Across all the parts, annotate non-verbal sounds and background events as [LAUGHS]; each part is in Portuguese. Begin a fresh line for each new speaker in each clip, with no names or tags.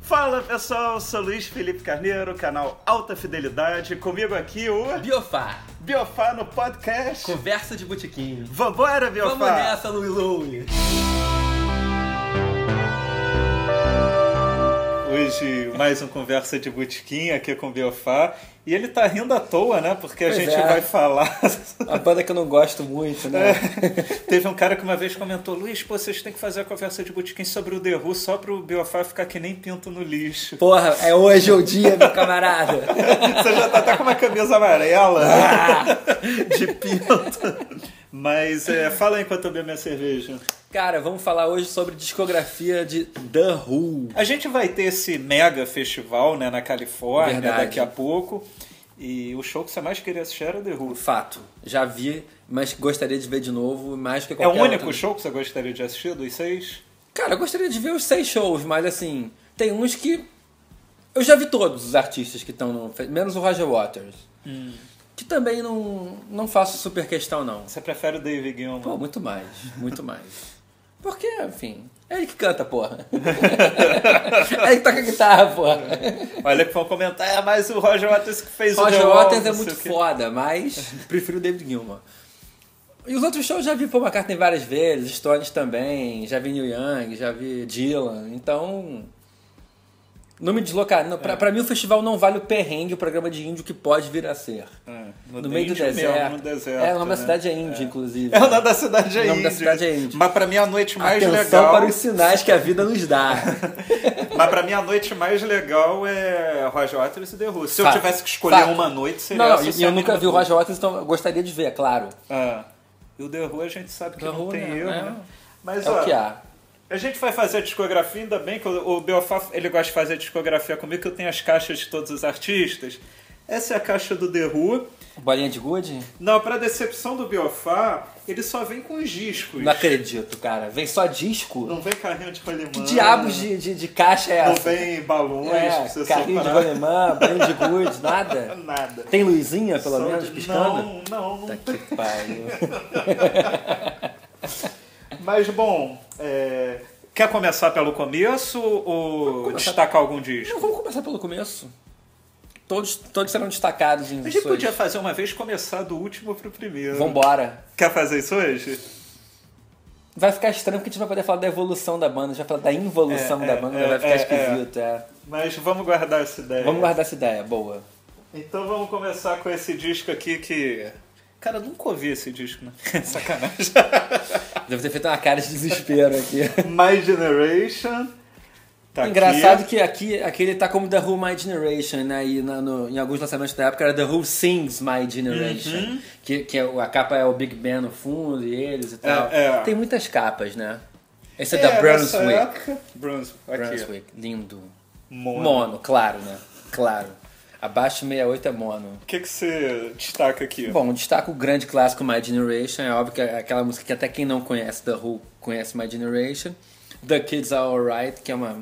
Fala pessoal, sou Luiz Felipe Carneiro, canal Alta Fidelidade. Comigo aqui o
Biofá,
Biofá no podcast.
conversa de botiquinho.
Vambora, Biofá!
Vamos nessa, Louie Louie.
Hoje, mais um Conversa de Botequim aqui com o Biofá. E ele tá rindo à toa, né? Porque a
Pois
gente
é.
vai [LAUGHS] falar.
A banda que eu não gosto muito,
É.
né?
[LAUGHS] Teve um cara que uma vez comentou: Luiz, pô, vocês têm que fazer a conversa de botequim sobre o The Who só pro Biofá ficar que nem pinto no lixo.
Porra, é hoje o dia, meu camarada.
[LAUGHS]
[LAUGHS]
Você já tá até com uma camisa amarela né? [LAUGHS] de pinto. Mas é, fala enquanto eu bebo minha cerveja.
Cara, vamos falar hoje sobre discografia de The Who.
A gente vai ter esse mega festival né, na Califórnia
Verdade.
daqui a pouco. E o show que você mais queria assistir era o The Who.
Fato, já vi, mas gostaria de ver de novo, mais que
É o
qualquer
único
outro.
show que você gostaria de assistir dos seis?
Cara, eu gostaria de ver os seis shows, mas assim, tem uns que... Eu já vi todos os artistas que estão no... fe- Menos o Roger Waters.
Hum.
Que também não, não faço super questão, não.
Você prefere o David
Pô,
Gilmour?
muito mais, muito mais. Porque, enfim, é ele que
[LAUGHS]
canta, porra. é ele que toca guitarra, porra.
Olha que vão comentar, é, mas o Roger Waters que fez o The
Roger
Wall,
Waters é
não sei
muito
o quê.
foda, mas prefiro o David Gilmour. E os outros shows eu já vi Paul McCartney várias vezes, Stones também, já vi Neil Young, já vi Dylan, então... Não me deslocar. Não,
É.
pra, pra mim o festival não vale o perrengue, o programa de índio que pode vir a ser.
É,
No, meio do
índio mesmo,
deserto.
no deserto.
é, o nome da
né?
cidade é índio, inclusive.
É, o nome da cidade é
O nome da
índio.
cidade é índio.
Mas pra mim a noite mais
Atenção
legal.
para os sinais que a vida nos dá.
[LAUGHS] Mas pra mim a noite mais legal é Roger Waters e The Who. Se
Fato.
eu tivesse que escolher
Fato.
uma noite, seria
não, não,
essa
e
sem a
eu nunca
mínima
vi o
dúvida.
Roger Waters, então eu gostaria de ver, é claro.
Ah, e o The Who a gente sabe que
The
não
Who,
tem
né?
erro,
É.
né? Mas,
É
ó,
o que há.
a gente vai fazer a discografia, ainda bem que o, o Belfá, ele gosta de fazer a discografia comigo, que eu tenho as caixas de todos os artistas. Essa é a caixa do The Who.
Bolinha de gude?
Não, pra decepção do Biofá, ele só vem com os discos.
Não acredito, cara. Vem só disco?
Não vem carrinho de rolimã.
que diabos de, de, de caixa é
Não
essa?
vem balões, pra você
é, carrinho de
separar. é
rolemã, bolinha de gude, nada?
Nada.
Tem luzinha, pelo
Só
menos,
de-
piscando?
Não, não, não
Tá que pariu.
Mas, bom, é, quer começar pelo começo ou destacar algum disco?
Não, vamos começar pelo começo. Todos, todos serão destacados em
A gente
suas-
podia fazer uma vez começar do último pro primeiro.
Vambora.
Quer fazer isso hoje?
Vai ficar estranho porque a gente vai poder falar da evolução da banda, a gente vai falar da involução
É,
da
é,
banda,
é,
vai ficar
é, é.
esquisito, é.
Mas vamos guardar essa ideia.
Vamos guardar essa ideia, boa.
Então vamos começar com esse disco aqui que. Cara, eu nunca ouvi esse disco, né? [LAUGHS] Sacanagem.
Deve ter feito uma cara de desespero
[LAUGHS]
aqui.
My Generation. Tá
Engraçado
aqui.
que aqui, aqui ele tá como The Who My Generation, né? E na- no- em alguns lançamentos da época era The Who Sings My Generation. Que, que é o- a capa é o Big Ben no fundo e eles e tal.
Uhum. é.
Tem muitas capas, né? Esse é,
É,
da
nessa
Brunswick.
época- Brunswick, aqui.
Brunswick, lindo.
Mono.
Mono. claro, né? Claro. Abaixo 68 é mono.
O que, que você destaca aqui?
Bom, destaco o grande clássico My Generation. É óbvio que é aquela música que até quem não conhece The Who conhece My Generation. The Kids Are Alright, que é uma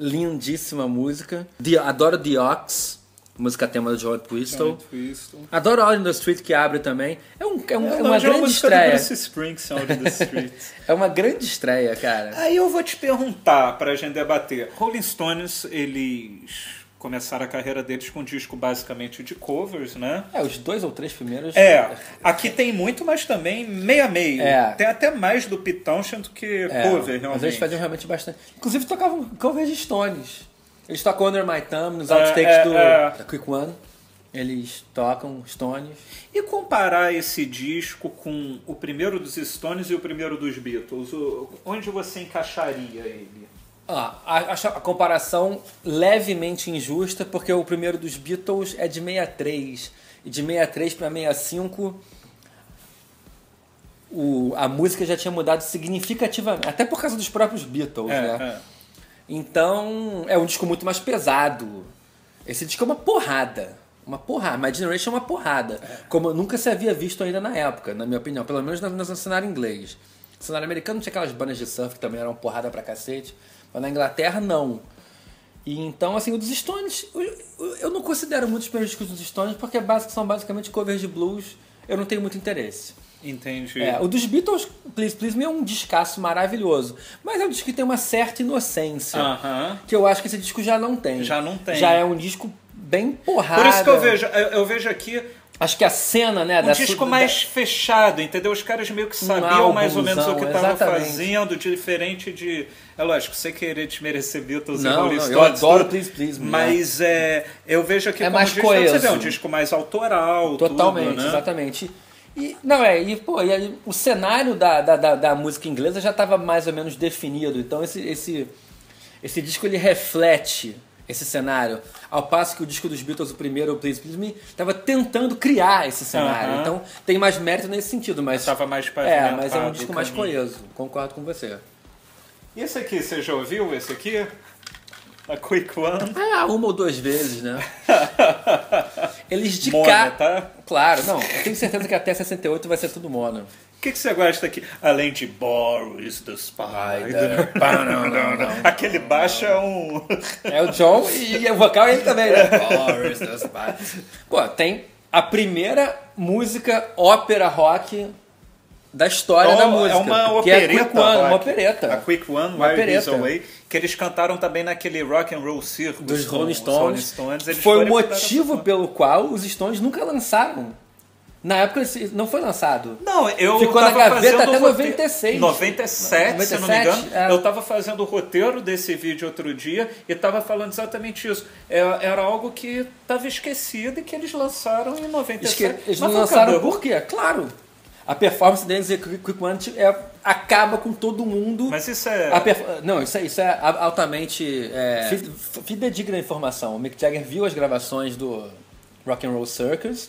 lindíssima música. The- adoro The Ox, música tema do John Twistle.
Twistle.
Adoro All in the Street, que abre também. É, um, é, um- é
Não,
uma
já
grande
música do
estreia.
Bruce Springsteen, Out in the Street.
[LAUGHS] É uma grande estreia, cara.
Aí eu vou te perguntar pra gente debater. Rolling Stones, eles começaram a carreira deles com um disco basicamente de covers, né?
É, os dois ou três primeiros.
É, aqui tem muito, mas também meia meia.
É.
Tem até mais do Pete Townshend do que
É,
cover,
Mas
realmente.
eles faziam realmente bastante. Inclusive tocavam cover de Stones. Eles tocam Under My Thumb nos
É,
outtakes
é,
do
é.
da Quick One. Eles tocam Stones.
E comparar esse disco com o primeiro dos Stones e o primeiro dos Beatles? O- Onde você encaixaria ele?
Ah, a- acho a comparação levemente injusta, porque o primeiro dos Beatles é de 63. E de 63 para 65, o, a música já tinha mudado significativamente. Até por causa dos próprios Beatles,
É,
né? Então, é um disco muito mais pesado. Esse disco é uma porrada. Uma porrada. My Generation é uma porrada. Como nunca se havia visto ainda na época, na minha opinião. Pelo menos no, no cenário inglês. No cenário americano tinha aquelas bandas de surf que também eram porrada pra cacete. Mas na Inglaterra, não. E então, assim, o dos Stones... eu- Eu, eu é não considero muitos primeiros discos dos Stones porque basic- são basicamente covers de blues. Eu não tenho muito interesse.
Entendi.
É, o dos Beatles, Please Please Me, é um discaço maravilhoso. Mas é um disco que tem uma certa inocência.
Aham.
Que eu acho que esse disco já não tem.
Já não tem.
Já é um disco bem porrada.
Por isso que eu vejo, eu, eu vejo aqui
Acho que a cena, né?
um
da
disco
su-
mais fechado, entendeu? Os caras meio que sabiam mais ou menos o que
álbumzão,
estavam
exatamente.
fazendo, diferente de. É lógico, sem querer desmerecer Beatles e
Não,
Rolling
não, eu
Stones,
adoro
tudo,
Please Please Me,
Mas é, eu vejo aqui
É
como
mais
disco, você vê,
coeso.
um disco mais autoral,
Totalmente,
tudo, né?
exatamente. E, não, é, e, pô, e aí o cenário da, da, da, da música inglesa já estava mais ou menos definido. Então esse, esse, esse disco ele reflete esse cenário. Ao passo que o disco dos Beatles, o primeiro, o Please Please Me, estava tentando criar esse cenário.
Aham.
Então tem mais mérito nesse sentido, mas.
Tava mais
é,
pavimentado
mas é um disco
o
mais
caminho.
coeso. Concordo com você.
E esse aqui, você já ouviu esse aqui? [LAUGHS] A Quick One. [LAUGHS]
Ah, uma ou duas vezes, né? Eles de
Mono,
cá.
tá?
Claro, não. Eu tenho certeza que até 68 vai ser tudo mono.
O que, que você gosta aqui? Além de Boris the Spider. [LAUGHS] Aquele baixo é um. [LAUGHS]
É o John e o vocal é ele também, né?
Oh,
Pô, tem a primeira música ópera rock da história
Então,
da música.
É uma
que é
opereta.
Quick One,
rock.
uma opereta.
A Quick One,
Uma
Why This
opereta.
Away, que eles cantaram também naquele Rock and Roll Circus.
Dos
com
Rolling
os
Stones.
Stones, eles
Foi o
foram e botaram
motivo
essa-
pelo qual os Stones nunca lançaram. Na época esse não foi lançado.
Não, eu
Ficou na
tava
gaveta
fazendo
até
o rote-
96.
97, se eu não me
97,
engano.
é.
Eu tava fazendo o roteiro desse vídeo outro dia e tava falando exatamente isso. É, Era algo que tava esquecido e que eles lançaram em 97. Mas
Eles não
foi um
lançaram
cadê?
por quê? Claro. A performance deles em Quick Quick One é, acaba com todo mundo.
Mas isso é...
A perf- Não, isso é, isso é a- altamente é, fi- f- fidedigna a informação. O Mick Jagger viu as gravações do Rock and Roll Circus.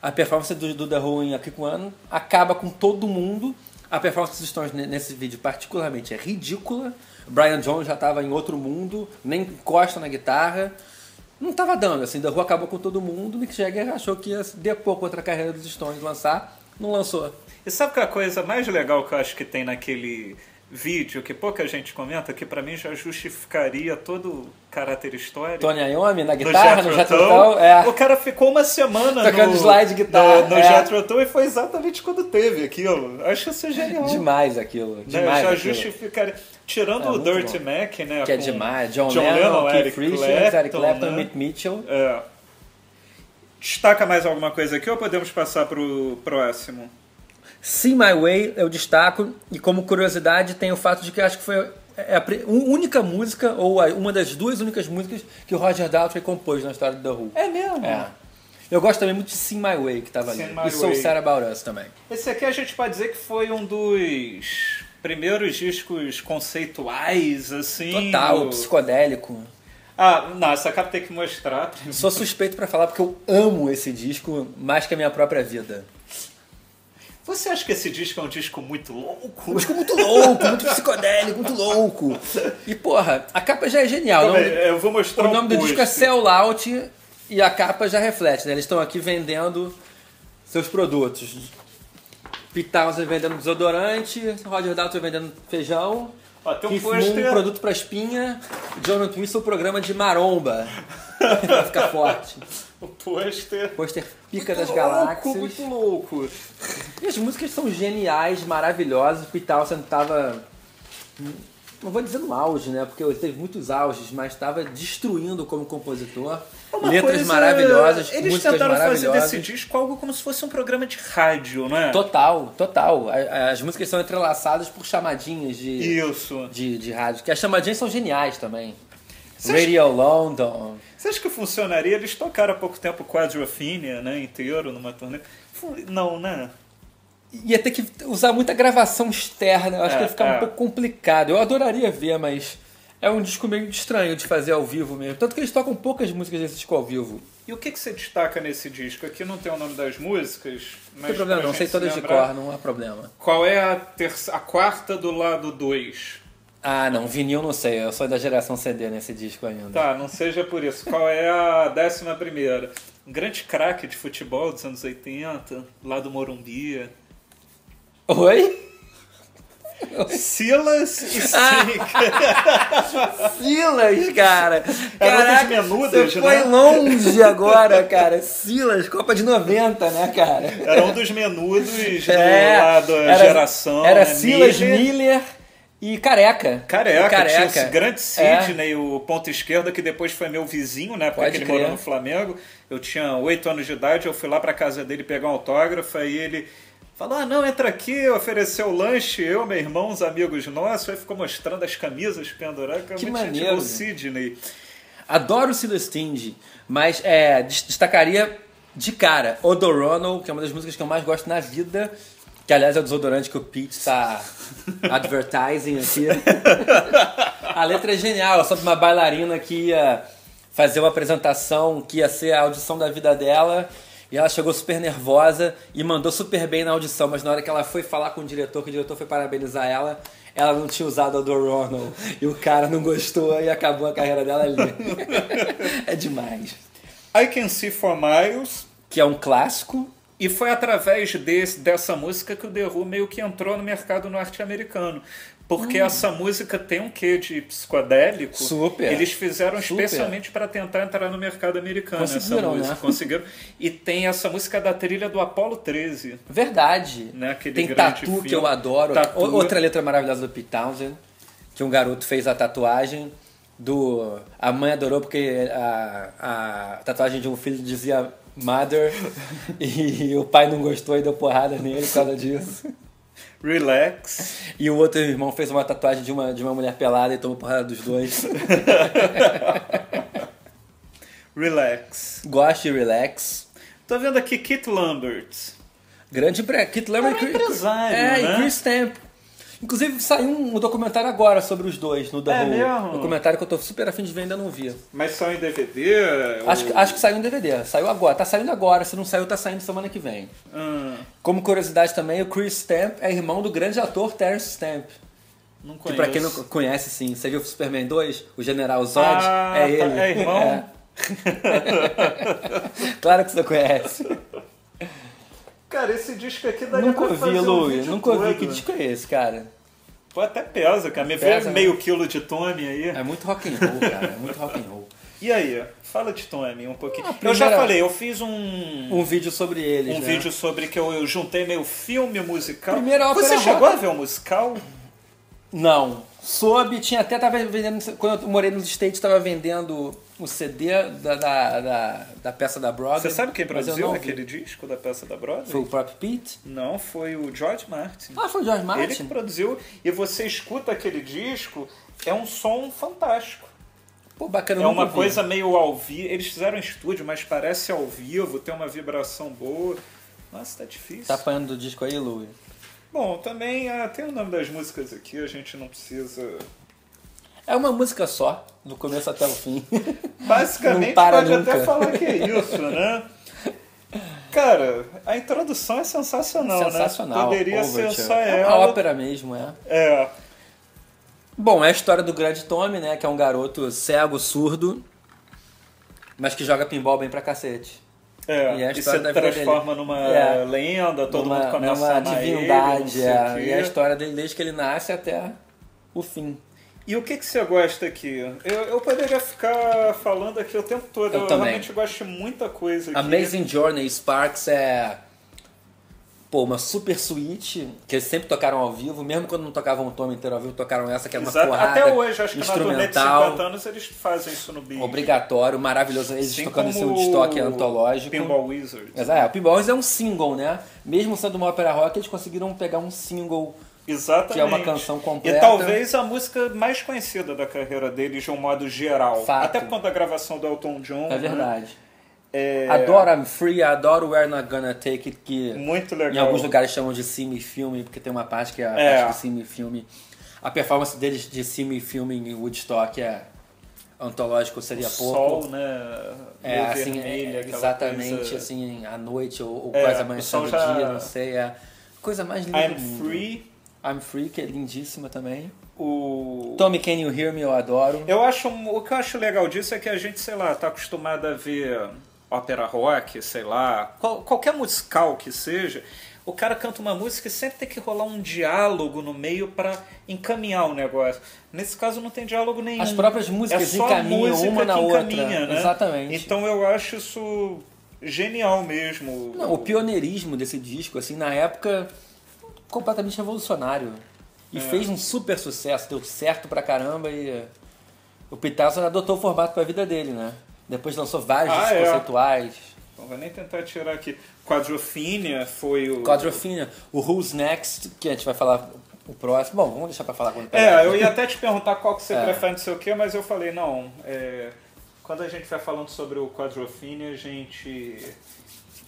A performance do, do The Who em A Quick One acaba com todo mundo. A performance dos Stones ne- nesse vídeo particularmente é ridícula. Brian Jones já estava em outro mundo, nem encosta na guitarra. Não estava dando, assim, The Who acabou com todo mundo. Mick Jagger achou que ia depor contra a carreira dos Stones lançar, não lançou.
E sabe que a coisa mais legal que eu acho que tem naquele vídeo, que pouca gente comenta, que pra mim já justificaria todo o caráter histórico?
Tony Iommi na
do
guitarra, no Jethro Tull, é.
O cara ficou uma semana
Tocando
no,
slide guitarra,
no, no
é.
Jethro Tull e foi exatamente quando teve aquilo. Eu Acho isso genial.
Demais aquilo.
Né?
Demais
já
aquilo.
justificaria. Tirando
É,
o
muito
Dirty Mac, né?
Que é
com
demais. John, Lennon, Keith
Eric
Richards, Eric
Clapton,
Clapton,
né?
Mitch Mitchell.
É. Destaca mais alguma coisa aqui ou podemos passar pro próximo?
See My Way eu destaco. E como curiosidade tem o fato de que acho que foi é a pri- un- única música, ou a- uma das duas únicas músicas que o Roger Daltrey compôs na história do The Who.
É mesmo?
É. Eu gosto também muito de See My Way, que tava
See
ali.
My
E Soul
Way.
Sad About Us também.
Esse aqui a gente pode dizer que foi um dos primeiros discos conceituais, assim.
Total,
do-
psicodélico.
Ah, não, essa capa tem que mostrar.
Sou suspeito pra falar porque eu amo esse disco mais que a minha própria vida.
Você acha que esse disco é um disco muito louco?
Um disco muito louco, muito psicodélico, muito louco. E porra, a capa já é genial.
Calma
não?
aí, eu vou mostrar
O nome do
post.
disco é Sell Out e a capa já reflete, né? Eles estão aqui vendendo seus produtos. Pete Townsend tá vendendo desodorante, Roger Daltrey tá vendendo feijão,
Ó, tem um
Keith
pôster.
Moon, produto pra espinha, Jonathan Wilson, programa de maromba. [LAUGHS] Vai ficar forte.
O pôster.
Pôster Pica das
Muito
Galáxias.
Louco, muito louco.
E as músicas são geniais, maravilhosas. Pete Townsend tava. Não vou dizer no auge, né? Porque ele teve muitos auges, mas estava destruindo como compositor.
É Uma
Letras
coisa-
maravilhosas,
Eles
músicas
tentaram fazer
maravilhosas.
desse disco algo como se fosse um programa de rádio, né?
Total, total. A- As músicas são entrelaçadas por chamadinhas de,
Isso.
de, de rádio. Que as chamadinhas são geniais também.
Você acha-
Radio London.
Você acha que funcionaria? Eles tocaram há pouco tempo Quadrophenia, né? Inteiro, numa turnê. Fu- Não, né?
Ia ter que usar muita gravação externa. Eu acho
É,
que ia ficar
é.
um pouco complicado. Eu adoraria ver, mas é um disco meio estranho de fazer ao vivo mesmo. Tanto que eles tocam poucas músicas desse disco ao vivo.
E o que, que você destaca nesse disco? Aqui não tem o nome das músicas, mas.
Não tem problema,
pra
não
gente
sei
se
todas de
lembrar,
cor, não há problema.
Qual é a, terça, a quarta do lado 2?
Ah, não, vinil não sei, eu sou da geração CD nesse disco ainda.
Tá, não seja por isso. Qual é a décima primeira? Um grande craque de futebol dos anos 80, lá do Morumbi.
Oi?
Silas e
Ah.
Sica.
Silas, cara.
Garotas
Caraca,
menudas,
você
né?
foi longe agora, cara. Silas, Copa de 90, né, cara?
Era um dos menudos
É,
do lado da
era-
geração.
Era
né?
Silas
Miller.
Miller, e Careca.
Careca,
E careca.
tinha o grande né?
É.
Sidney, o ponto esquerda, que depois foi meu vizinho, né? Porque
Pode
ele
crer.
morou no Flamengo. Eu tinha oito anos de idade, eu fui lá pra casa dele pegar um autógrafo, aí ele falou: ah, não, entra aqui, ofereceu lanche, eu, meu irmão, uns amigos nossos, aí ficou mostrando as camisas penduradas, que, é
Que
muito gente
maneiro. né?
boa, o Sidney.
Adoro o Silas Tinge, mas é, des- destacaria de cara Odoronal, que é uma das músicas que eu mais gosto na vida. Que, aliás, é o desodorante que o
[LAUGHS]
Pete tá advertising aqui. a letra é genial, é sobre uma bailarina que ia fazer uma apresentação que ia ser a audição da vida dela. E ela chegou super nervosa e mandou super bem na audição, mas na hora que ela foi falar com o diretor, que o diretor foi parabenizar ela, ela não tinha usado a do Ronald. E o cara não gostou e acabou a carreira dela ali. é demais.
I Can See For Miles.
Que é um clássico.
E foi através desse, dessa música que o The Who meio que entrou no mercado norte-americano. Porque
Hum.
essa música tem um quê de psicodélico.
Super.
Eles fizeram
Super.
especialmente para tentar entrar no mercado americano essa
Conseguiram,
música.
né?
Conseguiram. E tem essa música da trilha do Apollo 13.
Verdade.
Né, aquele
Tem
grande
Tatu
filme.
que eu adoro.
Tatu.
O- Outra letra maravilhosa do Pete Townsend, que um garoto fez a tatuagem do a mãe adorou porque a, a tatuagem de um filho dizia mother [LAUGHS] e o pai não gostou e deu porrada nele por causa disso.
Relax.
E o outro irmão fez uma tatuagem de uma, de uma mulher pelada e tomou porrada dos dois. [LAUGHS]
Relax.
Goste e relax.
Tô vendo aqui Kit Lambert.
Grande empre... Kit Lemmer
Era um empresário,
É,
né?
e Chris Stamp. Inclusive saiu um documentário agora sobre os dois no The
É
Who.
mesmo?
Documentário que eu tô super afim de ver, ainda não vi.
Mas só em DVD?
Acho, que-
ou-
acho que saiu um DVD. Saiu agora. Tá saindo agora. Se não saiu, tá saindo semana que vem.
Ah,
Como curiosidade também, o Chris Stamp é irmão do grande ator Terence Stamp.
não conheço.
Que pra quem não conhece, sim. Você viu o Superman 2? O General Zod?
Ah,
é ele.
tá, é irmão? [LAUGHS]
claro que você conhece.
Então Cara, esse disco aqui daria
Nunca
pra
ouvi,
fazer um
Louie.
vídeo
Nunca ouvi.
todo.
Que disco é esse, cara?
Pô, até pesa, cara. Me
Pesa,
vê
né?
meio quilo de Tony aí.
É muito rock and roll, cara. É muito rock and roll.
E aí, fala de Tony um pouquinho.
Ah,
Eu
primeira-
já falei, eu fiz um, um,
[LAUGHS] Um vídeo sobre eles, né?
vídeo sobre que eu, eu juntei meu filme musical.
Primeira ópera
Você
rock.
chegou a ver o musical?
Não. Soube, tinha até, tava vendendo, quando eu morei nos States, tava vendendo o CD da, da, da, da peça da Broadway.
Você sabe quem
mas eu
produziu
não vi.
aquele disco da peça da Broadway?
Foi o próprio Pete?
Não, foi o George Martin.
Ah, foi o George
Ele que
Martin?
produziu. E você escuta aquele disco, é um som fantástico.
Pô, bacana,
É
eu nunca
uma
vi.
coisa meio ao vivo. Eles fizeram em estúdio, mas parece ao vivo, tem uma vibração boa. Nossa, tá difícil.
Tá apanhando do disco aí, Louie?
Bom, também ah, tem o nome das músicas aqui, a gente não
[LAUGHS]
precisa.
É uma música só, do começo até o fim.
Basicamente,
Não para
pode até
nunca.
falar que é
[LAUGHS]
isso, né? Cara, a introdução é sensacional,
[LAUGHS] Sensacional.
né? Poderia
Overture.
ser só
É uma
ela.
ópera mesmo, é.
É.
Bom, é a história do grande Tommy, né? Que é um garoto cego, surdo, mas que joga pinball bem pra cacete.
É,
E a
e
história
se
da vida
transforma
dele.
numa
É.
lenda, todo
numa,
mundo começa
numa
a amar ele, não
divindade.
sei
é.
o quê.
E a história dele desde que ele nasce até o fim.
E o que, que você gosta aqui? Eu, eu poderia ficar falando aqui o tempo todo.
Eu
Eu,
também.
realmente gosto de muita coisa aqui.
Amazing Journey Sparks é pô, uma super suíte que eles sempre tocaram ao vivo, mesmo quando não tocavam o tom inteiro ao vivo, tocaram essa que era é uma
Exato.
porrada
Até hoje, acho que na turnê de 50
instrumental,
anos eles fazem isso no Big.
obrigatório, maravilhoso, eles
Assim
tocando esse
como
um estoque
o
antológico.
Pinball Wizard.
Mas é, o Pinball Wizard é um single, né? Mesmo sendo uma ópera rock, eles conseguiram pegar um single
Exatamente.
que é uma canção completa.
E talvez a música mais conhecida da carreira deles de um modo geral.
Fato.
Até por conta da gravação do Elton John.
É
né?
verdade.
É, Uhum.
Adoro I'm Free, adoro We're Not Gonna Take It, que
Muito
em
legal.
alguns lugares chamam de cime filme, porque tem uma parte que é a
É.
parte do cime filme. A performance deles de cime filme em Woodstock é antológico, seria pouco.
Sol, né?
é
Meio
assim,
vermelho,
é,
aquela
exatamente
coisa.
assim, à noite ou, ou
É,
quase
o
amanhecendo
sol
o
já-
dia, não sei, é a coisa mais linda do
I'm
mundo.
Free.
I'm Free, que é lindíssima também.
O...
Tommy Can You Hear Me, eu adoro.
Eu acho, o que eu acho legal disso é que a gente, sei lá, tá acostumado a ver ópera rock, sei lá, qual- qualquer musical que seja, o cara canta uma música e sempre tem que rolar um diálogo no meio para encaminhar o negócio. Nesse caso não tem diálogo nenhum.
As próprias músicas
é só a
encaminham
música
uma na
que
outra.
encaminha, Né?
Exatamente.
Então eu acho isso genial mesmo.
Não, o pioneirismo desse disco, assim, na época, completamente revolucionário.
É.
E fez um super sucesso, deu certo pra caramba e o Picasso adotou o formato pra vida dele, né? Depois lançou vários
Ah,
discos
é.
conceituais.
Não vou nem tentar tirar aqui. Quadrofínia foi o.
Quadrofina, o Who's Next, que a gente vai falar o próximo. Bom, vamos deixar pra falar quando pegar.
É, eu ia até te perguntar qual que você
[LAUGHS] É.
prefere, não sei o quê, mas eu falei, não. é, quando a gente vai falando sobre o Quadrofine, a gente.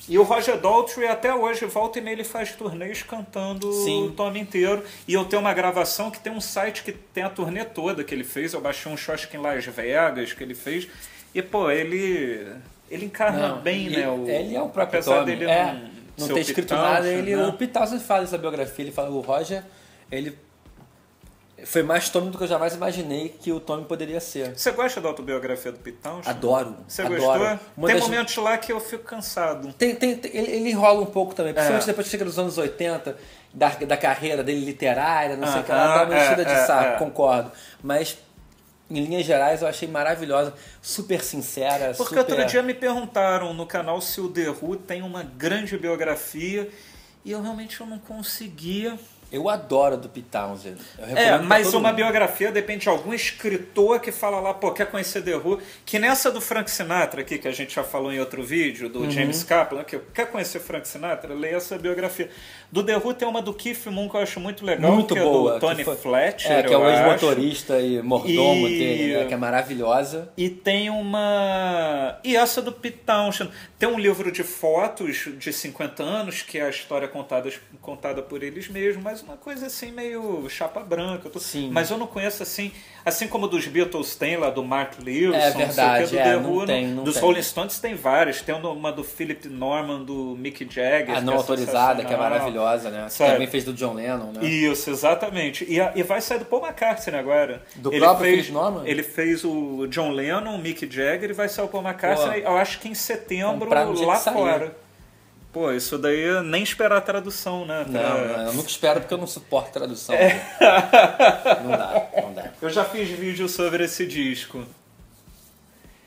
E o Roger Daltrey até hoje volta e nele faz turnês cantando
Sim.
o tome inteiro. E eu tenho uma gravação que tem um site que tem a turnê toda que ele fez. Eu baixei um Shosk em Las Vegas que ele fez. E, pô, ele. Ele encarna
Não,
bem,
ele,
né? O,
Ele é o próprio
apesar
Tommy.
dele
é,
não,
não
ser o
ter escrito
Pitaus,
nada. Ele, é
né?
O Pitalson fala essa biografia, ele fala, o Roger, ele foi mais Tommy do que eu jamais imaginei que o Tommy poderia ser.
Você gosta da autobiografia do Pitão?
Adoro.
Você
adoro.
gostou?
Uma
tem
das-
momentos lá que eu fico cansado.
Tem- tem- tem- ele, ele rola um pouco também, principalmente
É.
depois que chega nos anos 80, da, da carreira dele literária, não sei o que lá,
Aham,
dá uma
é,
enchida de
é,
saco,
é.
concordo. Mas, em linhas gerais, eu achei maravilhosa, super sincera,
Porque
super...
outro dia me perguntaram no canal se o The Who tem uma grande biografia e eu realmente eu não conseguia.
Eu adoro a do Pete Townsend. Eu recomendo
É,
pra
mas
todo
uma
mundo.
biografia depende de algum escritor que fala lá, pô, quer conhecer The Who. Que nessa do Frank Sinatra aqui, que a gente já falou em outro vídeo,
Uhum.
do James Kaplan, que eu quer conhecer Frank Sinatra, leia essa biografia. Do The Who tem uma do Keith Moon que eu acho muito legal,
muito
que
boa.
é do
que
Tony
foi-
Fletcher,
É, que é
eu
o
acho.
ex-motorista e mordomo
E-
dele, né, que é maravilhosa.
E tem uma. E essa do Pete Townshend. Tem um livro de fotos de 50 anos, que é a história contada, contada por eles mesmos, mas uma coisa assim, meio chapa branca. Eu tô-
Sim.
Mas eu não conheço assim. Assim como dos Beatles tem lá, do Mark Lewis, não
É
sei o
verdade,
que, do
é,
The
não
Who,
tem, não
dos
tem.
Rolling Stones tem várias. Tem uma do Philip Norman, do Mick Jagger.
A
que
Ah, não
é
autorizada, que é
sensacional.
maravilhosa, né? Que
Sabe?
também fez do John Lennon, né?
Isso, exatamente. E, a- e vai sair do Paul McCartney agora.
Do próprio Philip Norman?
Ele fez o John Lennon, o Mick Jagger e vai sair o Paul McCartney, eu acho que em setembro,
Comprar no dia
lá
que sair.
fora. Pô, isso daí eu nem esperar a tradução, né? Pra-
Não, eu nunca espero porque eu não suporto tradução.
É.
Não dá, não dá.
Eu já fiz vídeo sobre esse disco.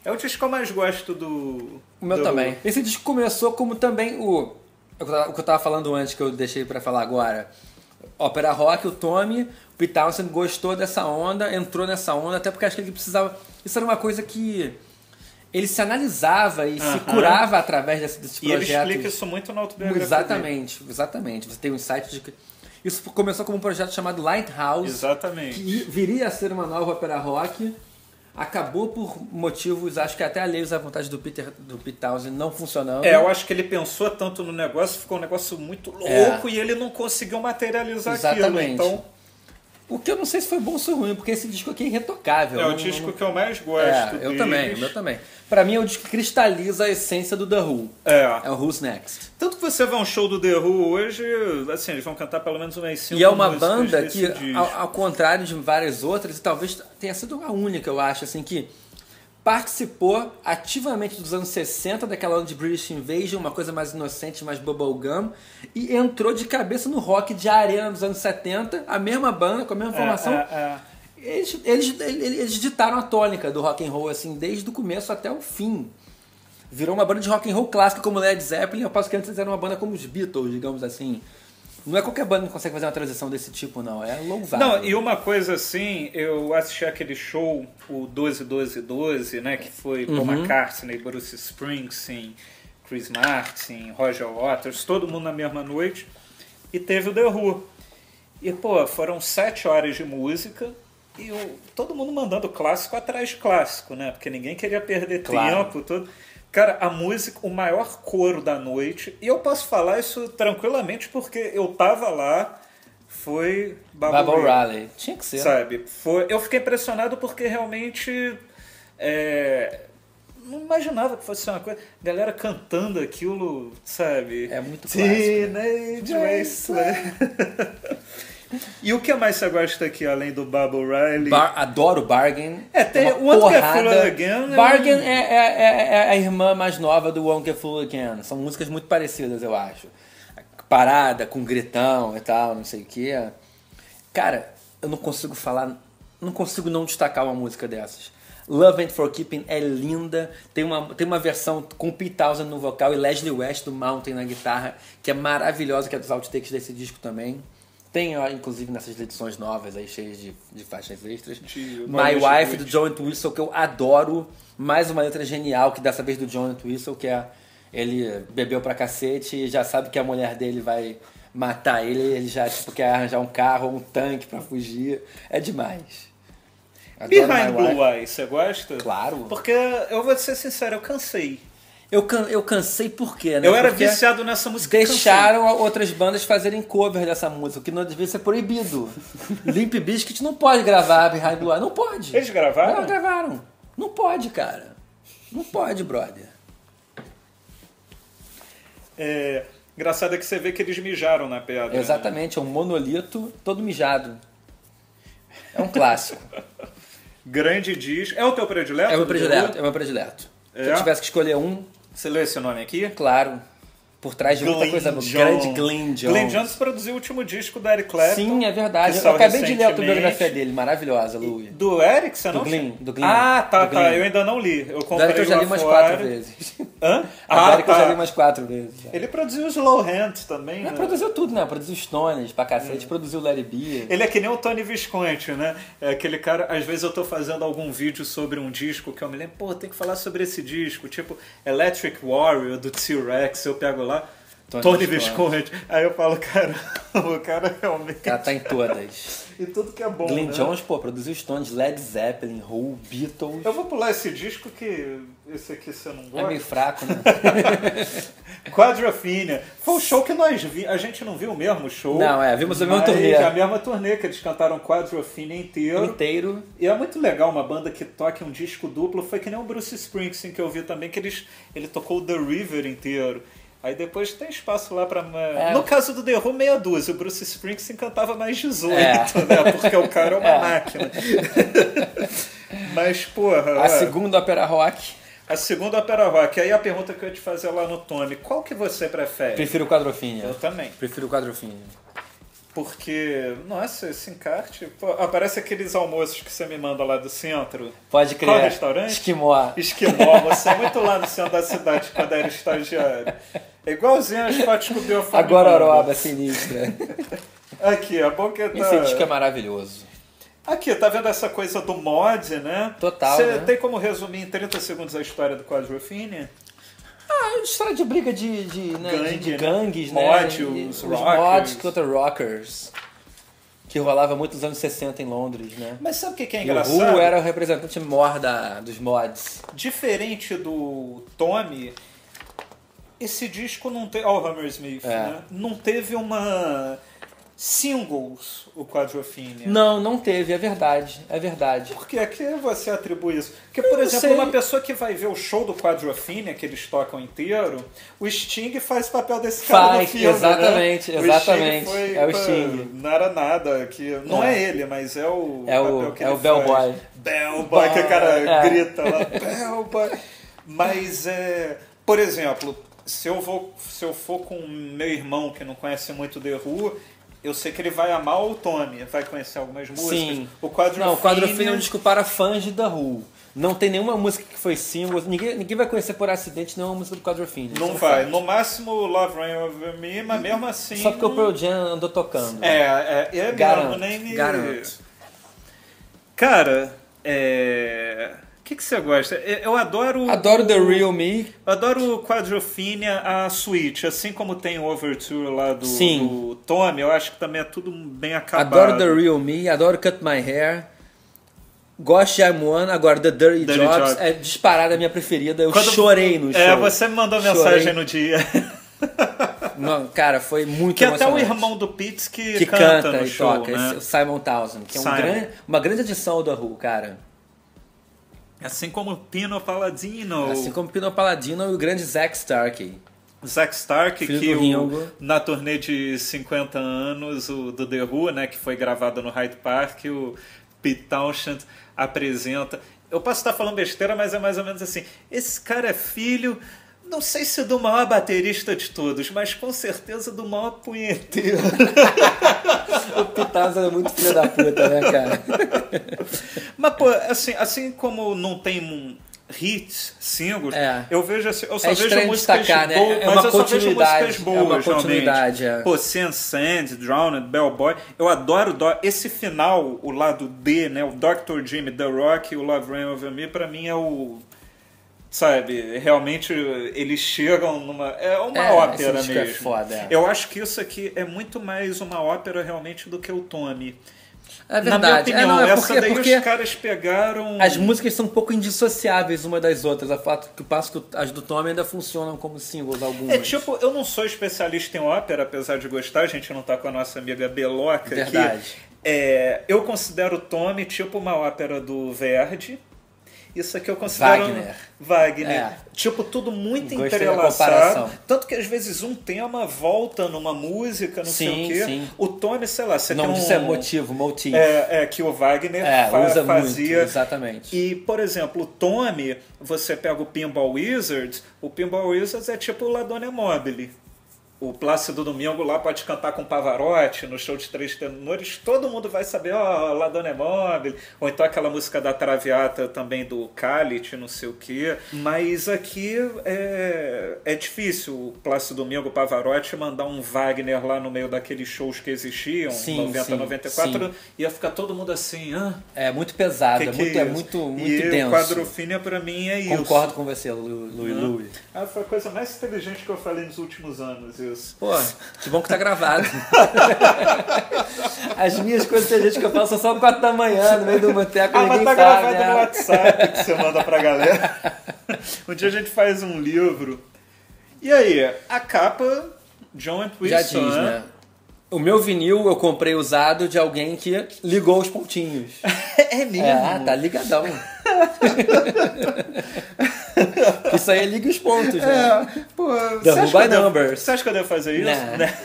É o disco que eu mais gosto do.
O meu
do-
também. Esse disco começou como também o. O que eu tava- o que eu tava falando antes, que eu deixei pra falar agora. Ópera rock, o Tommy, o Pete Townsend gostou dessa onda, entrou nessa onda, até porque acho que ele precisava. Isso era uma coisa que. Ele se analisava e se
Aham.
curava através desse, desse
E ele
projeto.
explica isso muito na autobiografia. dele.
Exatamente, exatamente. Você tem um site de. que- Isso começou como um projeto chamado Lighthouse.
Exatamente.
que viria a ser uma nova ópera rock, acabou por motivos, acho que até alheios à vontade do Peter, do Pete Townsend, não funcionando.
É, eu acho que ele pensou tanto no negócio, ficou um negócio muito louco e ele não conseguiu materializar
É. Exatamente.
aquilo. Então,
O que eu não sei se foi bom ou se foi ruim, porque esse disco aqui é irretocável.
É
Não-
o
não-
disco
não-
que eu mais gosto.
É, eu
deles.
também, o meu também. Pra mim é o disco que cristaliza a essência do The Who.
É.
É o Who's Next.
Tanto que você vê um show do The Who hoje, assim, eles vão cantar pelo menos umas cinco
E é uma
músicas
banda
desse
que,
disco.
ao, ao contrário de várias outras, e talvez tenha sido a única, eu acho, assim, que participou ativamente dos anos 60, daquela onda de British Invasion, uma coisa mais inocente, mais bubblegum, e entrou de cabeça no rock de arena dos anos 70, a mesma banda, com a mesma formação.
é,
Eles, eles, eles, eles ditaram a tônica do rock and roll, assim, desde o começo até o fim. Virou uma banda de rock and roll clássico como Led Zeppelin, eu posso que antes era uma banda como os Beatles, digamos assim. Não é qualquer banda que consegue fazer uma transição desse tipo, não. É louvável.
Não, e uma coisa assim, eu assisti aquele show, o 12, 12, 12, né, que foi Paul McCartney, Bruce Springsteen, Chris Martin, Roger Waters, todo mundo na mesma noite, e teve o The Who. E, pô, foram sete horas de música e o- todo mundo mandando clássico atrás de clássico, né, porque ninguém queria perder
Claro.
tempo, tudo. Cara, a música, o maior coro da noite, e eu posso falar isso tranquilamente porque eu tava lá, foi
Bubble
Rally.
Rally. Tinha que ser.
Sabe? Foi, eu fiquei impressionado porque realmente. é, não imaginava que fosse uma coisa. Galera cantando aquilo, sabe?
É muito clássico,
Teenage
[LAUGHS]
Wasteland. E o que mais você gosta aqui, além do Bubble Riley?
Bar- adoro Bargain.
É, tem
uma
o Wonderful
porrada.
Again, né?
Bargain é, é- é- é a irmã mais nova do Wonderful Again. São músicas muito parecidas, eu acho. parada com gritão e tal, não sei o que. Cara, eu não consigo falar, não consigo não destacar uma música dessas. Love and Forkeeping é linda, tem uma, tem uma versão com Pete Townsend no vocal e Leslie West do Mountain na guitarra, que é maravilhosa, que é dos outtakes desse disco também. Tem, ó, inclusive, nessas edições novas aí, cheias de, de faixas extras.
De
My
Boy
Wife,
Meets
do John Entwistle, que eu adoro. Mais uma letra genial, que dessa vez do John Entwistle, que é... Ele bebeu pra cacete e já sabe que a mulher dele vai matar ele. Ele já, tipo, quer arranjar um carro ou um tanque pra fugir. É demais. Adoro
Behind
My
Blue
Wife.
Eyes, você gosta?
Claro.
Porque, eu vou ser sincero, eu cansei.
Eu, can, eu cansei por quê, né?
Eu era
Porque
viciado nessa música. e
Deixaram a- outras bandas fazerem cover dessa música, o que não devia ser
[LAUGHS]
proibido. Limp Bizkit não pode gravar Behind Blue Eyes, não pode.
Eles gravaram?
Não, gravaram. Não pode, cara. Não pode, brother.
cansei. É, engraçado é que você vê que eles mijaram na pedra. né?
Exatamente, é um monolito todo mijado. É um clássico.
Grande diz. É o teu predileto?
é meu
do
predileto,
Bilu?
é meu predileto. Se
É?
eu tivesse que escolher um,
Você leu esse nome aqui?
claro, por trás de muita coisa boa. grande Glenn John.
Glenn Jones produziu o último disco da Eric Clapton.
Sim, é
que
verdade. Eu
saiu
acabei de ler a autobiografia
recentemente.
dele, maravilhosa, Louie.
Do Eric, você não?
Glenn, do Glenn.
Ah, tá,
Do
tá.
Glenn.
Eu ainda não li. Eu comprei
Agora que eu já
o
li umas
Afuara.
quatro vezes.
Hã?
Agora
ah,
que eu já
tá.
li umas quatro vezes. já.
Ele produziu os Slow Hands também,
Ele
né?
produziu tudo, né? Produziu Stones pra cacete, produziu Larry B.
Hum. Ele é que nem o Tony Visconti, né? É aquele cara, às vezes eu tô fazendo algum vídeo sobre um disco que eu me lembro, pô, tem que falar sobre esse disco, tipo Electric Warrior do T-Rex, eu pego lá, Tony,
Tony
Visconti. Aí eu falo, cara, [LAUGHS] o cara realmente.
Ela tá em todas.
E tudo que é [LAUGHS] bom.
Glenn
né?
Jones, pô, produziu Stones, Led Zeppelin, Who, Beatles.
Eu vou pular esse disco que esse aqui você não
É
gosta.
meio fraco, né?
[LAUGHS] Quadrafina. Foi o show que nós vi. A gente não viu o mesmo show.
Não, é, vimos a mesma
mas
turnê.
A mesma turnê que eles cantaram Quadrafina inteiro.
Inteiro.
E é muito legal uma banda que toque um disco duplo. Foi que nem o Bruce Springsteen que eu vi também, que eles, ele tocou o The River inteiro. Aí depois tem espaço lá pra. uma-
É.
No caso do The Who, meia dúzia. O Bruce Springsteen cantava mais 18,
É.
né? Porque o cara é uma
[LAUGHS] É.
máquina. [LAUGHS] Mas, porra.
A
é.
segunda ópera rock.
A segunda Opera Rock. Aí é a pergunta que eu ia te fazer lá no Tony: qual que você prefere?
Prefiro Quadrofinha.
Eu também.
Prefiro Quadrofinha.
Porque, nossa, esse encarte. Pô, aparece aqueles almoços que você me manda lá do centro.
Pode crer.
Qual restaurante?
Esquimó.
Esquimó, você é muito lá no centro da cidade quando era estagiário. É igualzinho as fotos que o Bill
A
[LAUGHS]
Gororoba sinistra.
Aqui, a boca tá.
Esse disco é maravilhoso.
Aqui, tá vendo essa coisa do mod, né?
Total,
Você
né?
tem como resumir em 30 segundos a história do Quadrofine?
Ah, história de briga de, de, né,
Gangue,
de- de
né?
gangues,
Mod,
né? E-
os
os
rockers.
mods contra rockers. Que rolava muito nos anos 60 em Londres, né?
Mas sabe o que que é
E o
engraçado?
Who era o representante mor da, dos mods.
Diferente do Tommy, esse disco não teve. Ó, o Hammersmith,
É.
né? Não teve uma. Singles, o Quadrofinia.
Não, não teve, é verdade, é verdade.
Por que? A que você atribui isso? Porque, por
não
exemplo,
sei.
uma pessoa que vai ver o show do Quadrofinia, que eles tocam inteiro, o Sting faz o papel desse cara no
Faz,
filme, né?
exatamente,
O Sting
exatamente.
foi,
É o
pá,
Sting.
Não era nada. Que, não é.
É.
ele, mas é o
É o-
papel que
é
ele
o Bellboy.
faz. Bellboy, que o cara
É.
grita lá, Bellboy. Mas, é, por exemplo, se eu, vou, se eu for com meu irmão que não conhece muito The Who... Eu sei que ele vai amar o Tommy, vai conhecer algumas músicas.
Sim.
O Quadrofinia...
Não, o Quadrofinha é um disco para fãs de The Who. Não tem nenhuma música que foi single, ninguém, ninguém vai conhecer por acidente nenhuma música do né? Quadrofinha.
Não vai. No máximo Love Rain Over Me, mas mesmo assim.
Só porque o Pearl Jam andou tocando.
É, é, é mesmo,
Garanto,
nem me.
garanto.
Cara, é. O que, que você gosta? É, Eu adoro.
Adoro The Real Me,
Eu adoro o Quadrofinia, a suíte, assim como tem o Overture lá do,
Sim.
do Tommy, eu acho que também é tudo bem acabado.
Adoro The Real Me, adoro Cut My Hair. Gosto de I'm One, agora The Dirty,
Dirty
Jobs,
Jobs.
é disparada a minha preferida. Eu
Quando-
chorei no show.
É, você me mandou
Chorei.
mensagem no dia.
Não, cara, foi
[LAUGHS]
muito
Que até o
emocionante.
irmão do Pitts que,
que
canta,
canta
no
e
show,
toca,
né?
esse- o Simon Townsend, que é um
Simon.
gran- uma grande adição ao The Who, cara.
Assim como o Pino Palladino.
Assim como Pino Paladino e o grande Zack Starkey.
Zack Stark,
Filho
que
do
o-
Ringo.
na turnê de 50 anos o, do The Who, né, que foi gravado no Hyde Park, o Pete Townshend apresenta. Eu posso estar falando besteira, mas é mais ou menos assim. Esse cara é filho Não sei se do maior baterista de todos, mas com certeza do maior punheteiro.
O Pitácio é muito filho da puta, né, cara?
mas, pô, assim, assim como não tem um hits, singles,
É.
eu vejo assim, eu só
É
vejo
estranho
músicas
destacar, né?
boas,
É
mas
uma
eu só vejo
continuidade,
músicas
é uma
boas,
continuidade,
realmente.
é.
Pô, Sans Sand, Drowned, Bellboy, eu adoro Dó. Esse final, o lado D, né? O Dr. Jimmy, The Rock e o Love Rain Over Me, pra mim é o... Sabe, realmente eles chegam numa... É uma
É,
ópera
esse disco é
mesmo.
foda, é.
Eu acho que isso aqui é muito mais uma ópera realmente do que o Tommy.
É
Na minha
verdade.
opinião,
É, não, é porque,
essa
é
daí
porque
os caras pegaram... É,
as músicas são um pouco indissociáveis uma das outras. A fato que o passo que as do Tommy ainda funcionam como singles algumas.
É tipo, eu não sou especialista em ópera, apesar de gostar, a gente não tá com a nossa amiga Beloca
Verdade.
aqui. É, eu considero o Tommy tipo uma ópera do Verdi. Isso aqui eu considero. um
Wagner.
Wagner.
É.
Tipo, tudo muito
Gostei da
entrelaçado.
comparação.
Tanto que às vezes um tema volta numa música, não sei
Sim,
o quê.
sim.
O Tommy, sei lá, você
o nome
tem um.
disso é motivo, motivo.
É, é, que o Wagner
É,
fa-
usa
fazia.
muito, exatamente.
E, por exemplo, o Tommy, você pega o Pinball Wizards, o Pinball Wizards é tipo o Ladone Mobile. O Plácido Domingo lá pode cantar com Pavarotti no show de três tenores, todo mundo vai saber, ó, Ladone Mobile. Ou então aquela música da Traviata também do Calit, não sei o quê. Mas aqui é, é difícil o Plácido Domingo Pavarotti mandar um Wagner lá no meio daqueles shows que existiam,
Sim,
90,
sim,
94,
sim.
ia ficar todo mundo assim, ah,
É muito pesado, é
que que
muito, é
isso?
muito,
e
muito
o
denso.
quadrofínia pra mim é isso.
Concordo com você, Lu- Louis Louis.
Ah, foi a coisa mais inteligente que eu falei nos últimos anos, isso. [LAUGHS]
Pô, que bom que tá gravado. [LAUGHS] As minhas coisas tem gente que eu faço são 4 da manhã, no meio do boteco,
Ah, mas tá
ninguém sabe.
gravado
né?
no WhatsApp que você manda pra galera.
[LAUGHS]
um dia a gente faz um livro. E aí, a capa, John and
Já
Winston,
diz, né? O meu vinil eu comprei usado de alguém que ligou
[LAUGHS]
os pontinhos.
[LAUGHS] É mesmo?
É, ah,
[LAUGHS]
tá ligadão. Isso aí é liga os pontos, né?
É, pô, você
The
acha,
Who
que
by
eu devo,
Numbers.
você acha que eu devo fazer isso?
Não.
Né?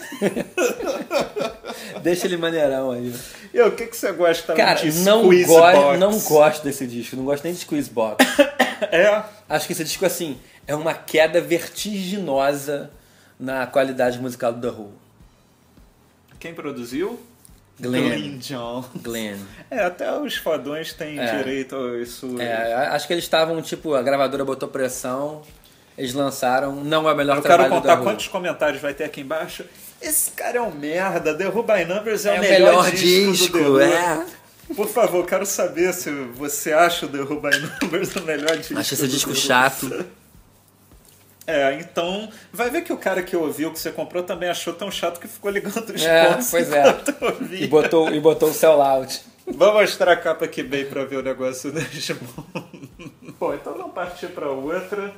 [LAUGHS] Deixa ele maneirão aí.
E o que, que você gosta
Cara,
de
não,
squeeze
go
box?
não gosto desse disco, não gosto nem de Squeeze Box.
É?
Acho que esse disco, assim, é uma queda vertiginosa na qualidade musical do The Who.
Quem produziu?
Glenn.
John.
Glenn.
É, até os fodões têm
É.
direito a isso.
É, a- acho que eles estavam, tipo, a gravadora botou pressão, eles lançaram, não é o melhor
Eu quero
trabalho
contar
do The Who.
quantos comentários vai ter aqui embaixo. Esse cara é um merda, Derruba em Numbers é,
É
o melhor, disco, do The Who.
é.
Por favor, quero saber se você acha o Derruba em Numbers o melhor disco.
Acho esse
do
disco
The Who.
chato.
É, então vai ver que o cara que ouviu, que você comprou, também achou tão chato que ficou ligando os
É,
pontos
pois é.
enquanto ouvia.
E botou, e botou o Sell Out.
Vou mostrar a capa aqui bem pra ver o negócio
né,
desse mundo. Bom, então vamos partir pra outra.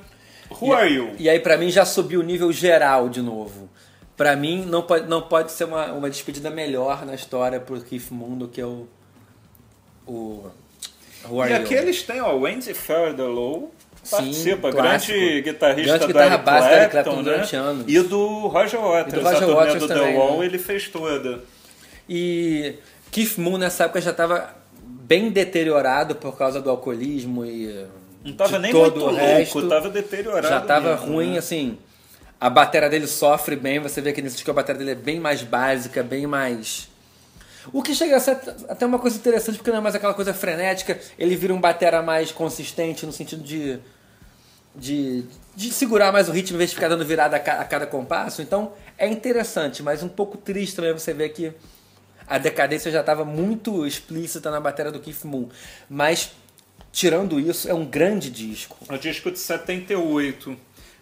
Who are you?
E aí, pra mim, já subiu o nível geral de novo. Pra mim, não pode, não pode ser uma, uma despedida melhor na história pro Keith Moon do que o. O. Who Are
E
You?
aqui eles têm, ó, o Andy Fardelow
Sim,
participa,
clássico.
grande guitarrista
Grande
do Eric
guitarra básica do Eric
Clapton,
Clapton
né?
tá durante anos.
E do Roger Waters,
E do Roger
a turnê
Waters
do
também,
The Wall
né?
ele fez toda.
E Keith Moon nessa época já tava bem deteriorado por causa do alcoolismo e. eh,
Não tava
de
nem
todo
muito
o
louco,
resto.
tava deteriorado.
Já tava
mesmo,
ruim,
né?
assim. A bateria dele sofre bem, você vê que nesse disco a bateria dele é bem mais básica, bem mais. O que chega a ser até uma coisa interessante, porque não é mais aquela coisa frenética, ele vira um batera mais consistente no sentido de. de, de segurar mais o ritmo em vez de ficar dando virada a ca- a cada compasso. Então é interessante, mas um pouco triste também você ver que a decadência já estava muito explícita na bateria do Keith Moon. Mas, tirando isso, é um grande disco.
O disco de 78.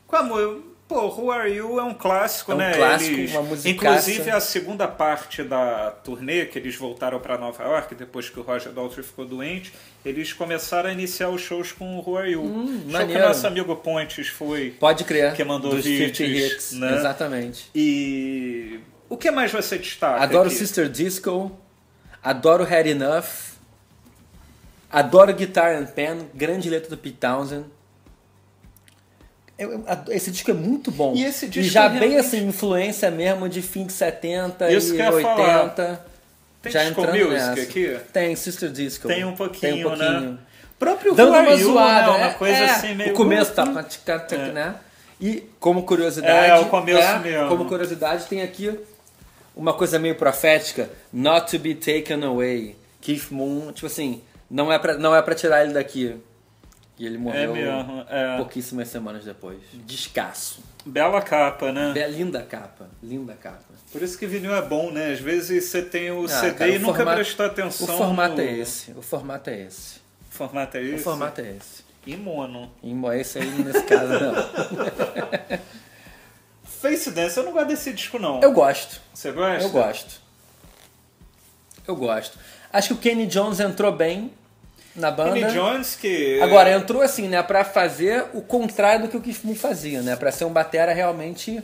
Como eu... Pô, Who Are You é um clássico,
É um
né?
clássico,
eles...
uma musicaça.
Inclusive, a segunda parte da turnê, que eles voltaram pra Nova York, depois que o Roger Daltrey ficou doente, eles começaram a iniciar os shows com o Who Are You. Show que o
Hum, maneiro.
nosso amigo Pontes foi.
Pode crer.
Que mandou
dos
hits,
50 hits.
né?
Exatamente.
E o que mais você destaca?
Adoro
aqui?
Sister Disco. Adoro Had Enough. Adoro Guitar and Pen. Grande letra do Pete Townsend. Eu- eu ado- Esse disco é muito bom.
E esse disco é
já
realmente-
bem assim, influência mesmo de fim de 70
Isso
e
que eu ia
80.
falar. Tem
já
Disco
entrando
Music
nessa.
aqui?
Tem Sister Disco.
Tem um pouquinho,
Tem um pouquinho.
né? O próprio
Dando
Who Are
uma
You,
zoada.
né? Uma
é-
coisa
é,
assim meio.
O começo tá...
É.
né? E como curiosidade.
É, o começo mesmo.
Como curiosidade, tem aqui uma coisa meio profética: Not to be taken away. Keith Moon, tipo assim, não é pra, não é pra tirar ele daqui. E ele
É
morreu
mesmo, é.
pouquíssimas semanas depois.
[LAUGHS]
Descasso.
Bela capa, né?
Be- Linda capa, linda capa.
Por isso que vinil é bom, né? Às vezes você tem o
Ah,
CD
cara,
e
o
nunca
formato-
prestou atenção.
O formato
no-
é esse, o formato é esse.
O formato é
O
esse?
formato é esse.
E mono.
Em Mo- esse aí, nesse caso,
[LAUGHS]
não.
Face Dance, eu não gosto desse disco, não.
Eu gosto,
Você gosta?
eu gosto. Eu gosto. Acho que o Kenny Jones entrou bem na banda.
Kenny Jones, que.
Agora, entrou assim, né, pra fazer o contrário do que o Keith Moon fazia, né? Pra ser um batera realmente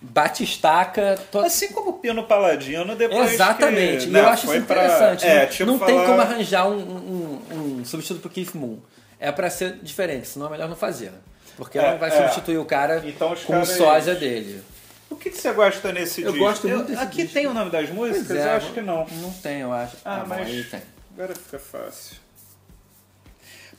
batistaca. To...
Assim como o Pino Paladino, depois. que-
Exatamente. e
né,
eu acho isso
foi pra-
interessante.
É,
Não-
tipo
não tem
falar-
como arranjar um, um- um- um substituto pro Keith Moon. É pra ser diferente, senão é melhor não fazer. Porque
É,
não vai
é.
substituir o cara
Então os
com
caras-
o sósia dele.
O que, que você gosta nesse
Eu
disco?
gosto muito desse
Aqui
disco.
tem o nome das músicas?
Pois é,
eu acho que não.
Não tem, eu acho.
Ah,
bom,
mas-
aí tem.
Agora fica fácil.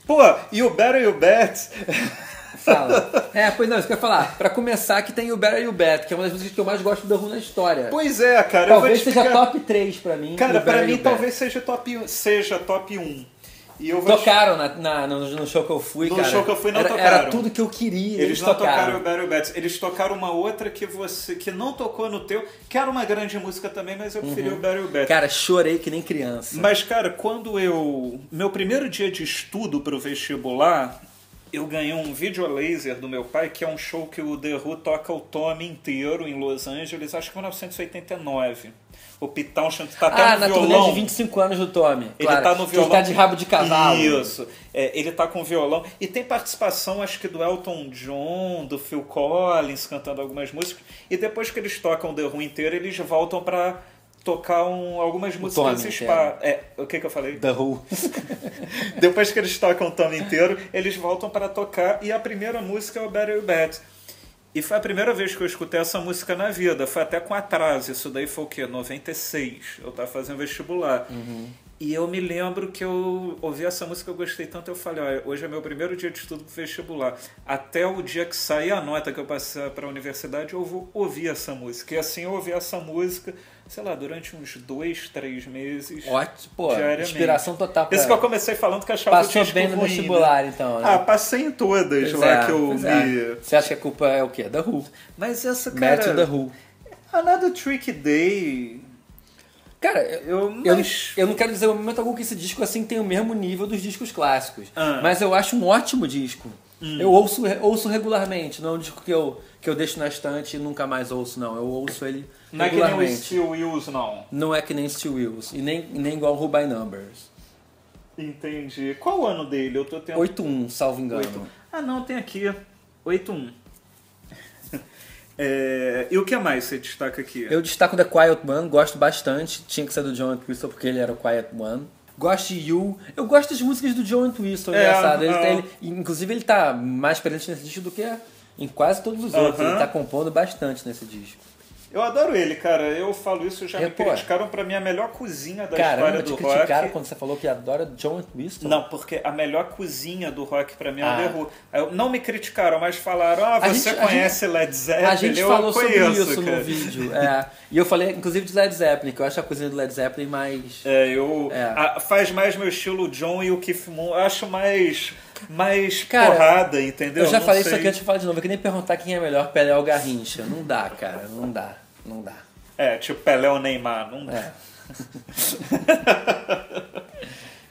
Pô, e o Better You Bet? [LAUGHS]
Fala. é, pois não, isso que eu ia falar. Pra começar, que tem You Better You Bet, que é uma das músicas que eu mais gosto do Who na história.
Pois é, cara.
talvez
eu vou te
seja
explicar...
top 3 pra mim.
Cara,
You
pra
Better
mim
You Bet.
talvez seja top, um- seja top 1. E eu vou te-
Tocaram na, na- no, no show que eu fui,
No
cara.
show que eu fui, não
era,
tocaram.
Era tudo que eu queria.
Eles não tocaram o Barry Betts. Eles tocaram uma outra que você que não tocou no teu, que era uma grande música também, mas eu preferi o Barry Betts.
Uhum. Cara, chorei que nem criança.
Mas, cara, quando eu. Meu primeiro dia de estudo pro vestibular, eu ganhei um vídeo laser do meu pai, que é um show que o The Who toca o Tommy inteiro em Los Angeles, acho que 1989. O Pitão Chante tá até
ah,
no
na
violão.
turnê de 25 anos do Tommy.
Ele
claro,
tá no
que
violão.
Ele tá de rabo de cavalo.
Isso. É, ele tá com violão. E tem participação, acho que do Elton John, do Phil Collins cantando algumas músicas. E depois que eles tocam The Who inteiro, eles voltam pra tocar um- algumas músicas
Tommy
spa. É, o que que eu falei?
The Who.
Depois que eles tocam o Tommy inteiro, eles voltam para tocar e a primeira música é o Better You Bet. E foi a primeira vez que eu escutei essa música na vida, foi até com atraso, isso daí foi o quê? 96, eu tava fazendo vestibular. E eu me lembro que eu ouvi essa música, eu gostei tanto, eu falei, olha, hoje é meu primeiro dia de estudo pro vestibular. Até o dia que sair a nota que eu passar para a universidade, eu vou ouvir essa música. E assim eu ouvi essa música, sei lá, durante uns dois, três meses.
Ótimo, pô.
Diariamente.
Inspiração total pra
Isso que é eu comecei falando que achava o
Passou
disco
bem no
ruim,
vestibular,
né?
então, né?
Ah, passei em todas
Pois
lá
é,
que eu
pois
vi.
é. Você acha que a culpa é o quê? The Who.
Mas essa, cara...
Matthew The Who.
Another Trick Day...
Cara, eu,
Eu-
eu, não-
mas-
eu não quero dizer em momento algum que esse disco assim tem o mesmo nível dos discos clássicos.
Ah. Hum.
Mas eu acho um ótimo disco. Eu ouço, ouço regularmente, não é um disco que eu, que eu deixo na estante e nunca mais ouço, não. Eu ouço ele
Não é que nem o
regularmente.
Steel Wheels, não.
não é que nem Steel Wheels e nem, nem igual Who by Numbers.
Entendi. Qual o ano dele? Eu tô tendo...
8-1, salvo engano.
Ah, não, tem aqui. 8-1. [LAUGHS] É, E o que mais você destaca aqui?
Eu destaco The Quiet One, gosto bastante. Tinha que ser do John Entwistle porque ele era o Quiet One. Gosto de You. Eu gosto das músicas do John Entwistle,
É,
engraçado. Ele
ah.
tá- ele- inclusive, ele tá mais presente nesse disco do que em quase todos os
Aham.
outros. Ele tá compondo bastante nesse disco.
Eu adoro ele, cara. Eu falo isso, já
É,
me
pô.
criticaram pra mim a melhor cozinha da
Caramba,
história
te
do
criticaram
rock.
quando você falou que adora John Entwistle?
Não, porque a melhor cozinha do rock pra mim é o
Ah.
The Who. Eu- Não me criticaram, mas falaram: ah,
A
você
gente- a
conhece Led Zeppelin?
A gente
é, eu
falou sobre
conheço,
isso
cara.
no vídeo. é. E eu falei, inclusive, de Led Zeppelin, que eu acho a cozinha do Led Zeppelin mais...
É, eu.
É.
a- faz mais meu estilo John e o Keith Moon. Eu acho mais. Mais
Cara,
porrada, entendeu?
Eu já
Não
falei
sei.
isso aqui, antes de falar de novo. Eu queria nem perguntar quem é melhor, Pelé ou Garrincha. Não dá, cara. Não dá. Não dá.
É, tipo Pelé ou Neymar. Não dá.
É.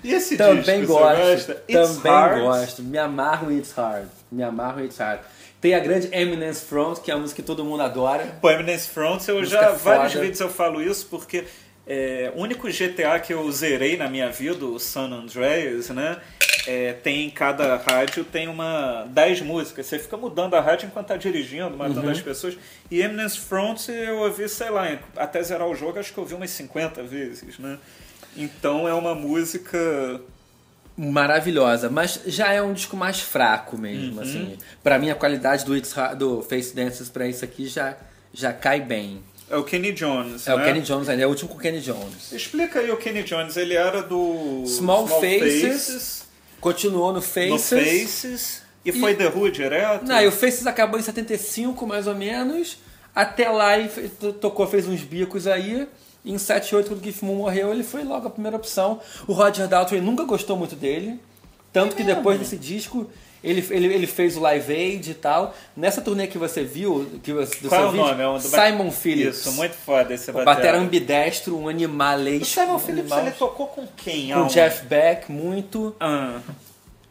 E esse
Também
disco,
gosto.
você gosta? It's
Também
Hard.
gosto. Me amarro em It's Hard. Me amarro em It's Hard. Tem a grande Eminence Front, que é a música que todo mundo adora.
Pô, Eminence Front, eu
Música
já.
foda.
Vários vídeos eu falo isso porque. é, o único GTA que eu zerei na minha vida, o San Andreas, né? é, tem em cada rádio tem uma 10 músicas. Você fica mudando a rádio enquanto tá dirigindo, matando
Uhum.
as pessoas. E Eminence Front eu ouvi, sei lá, até zerar o jogo, acho que eu ouvi umas 50 vezes, né? Então é uma música.
Maravilhosa, mas já é um disco mais fraco
Uhum.
mesmo, assim. Pra mim, a qualidade do, It's Hard, do Face Dances pra isso aqui já, já cai bem.
É o Kenny Jones.
É o
né?
Kenny Jones ali, é o último com o Kenny Jones.
Explica aí o Kenny Jones, ele era do
Small Faces,
Faces,
Continuou no Faces.
no Faces, E, foi The Who direto?
Não, e o Faces acabou em 75, mais ou menos. Até lá ele fe- to- tocou, fez uns bicos aí. Em 78, quando o Keith Moon morreu, ele foi logo a primeira opção. O Roger Daltrey nunca gostou muito dele. Tanto que depois desse disco, ele, ele, ele fez o Live Aid e tal. Nessa turnê que você viu, que você, do
Qual é
seu
o
vídeo,
nome? É um do ba-
Simon Phillips.
Isso, muito foda esse
O
batera.
batera ambidestro, um animalesco.
O Simon Phillips,
animal.
ele é né? tocou com quem?
Com
Alan?
o Jeff Beck, muito.
Ah,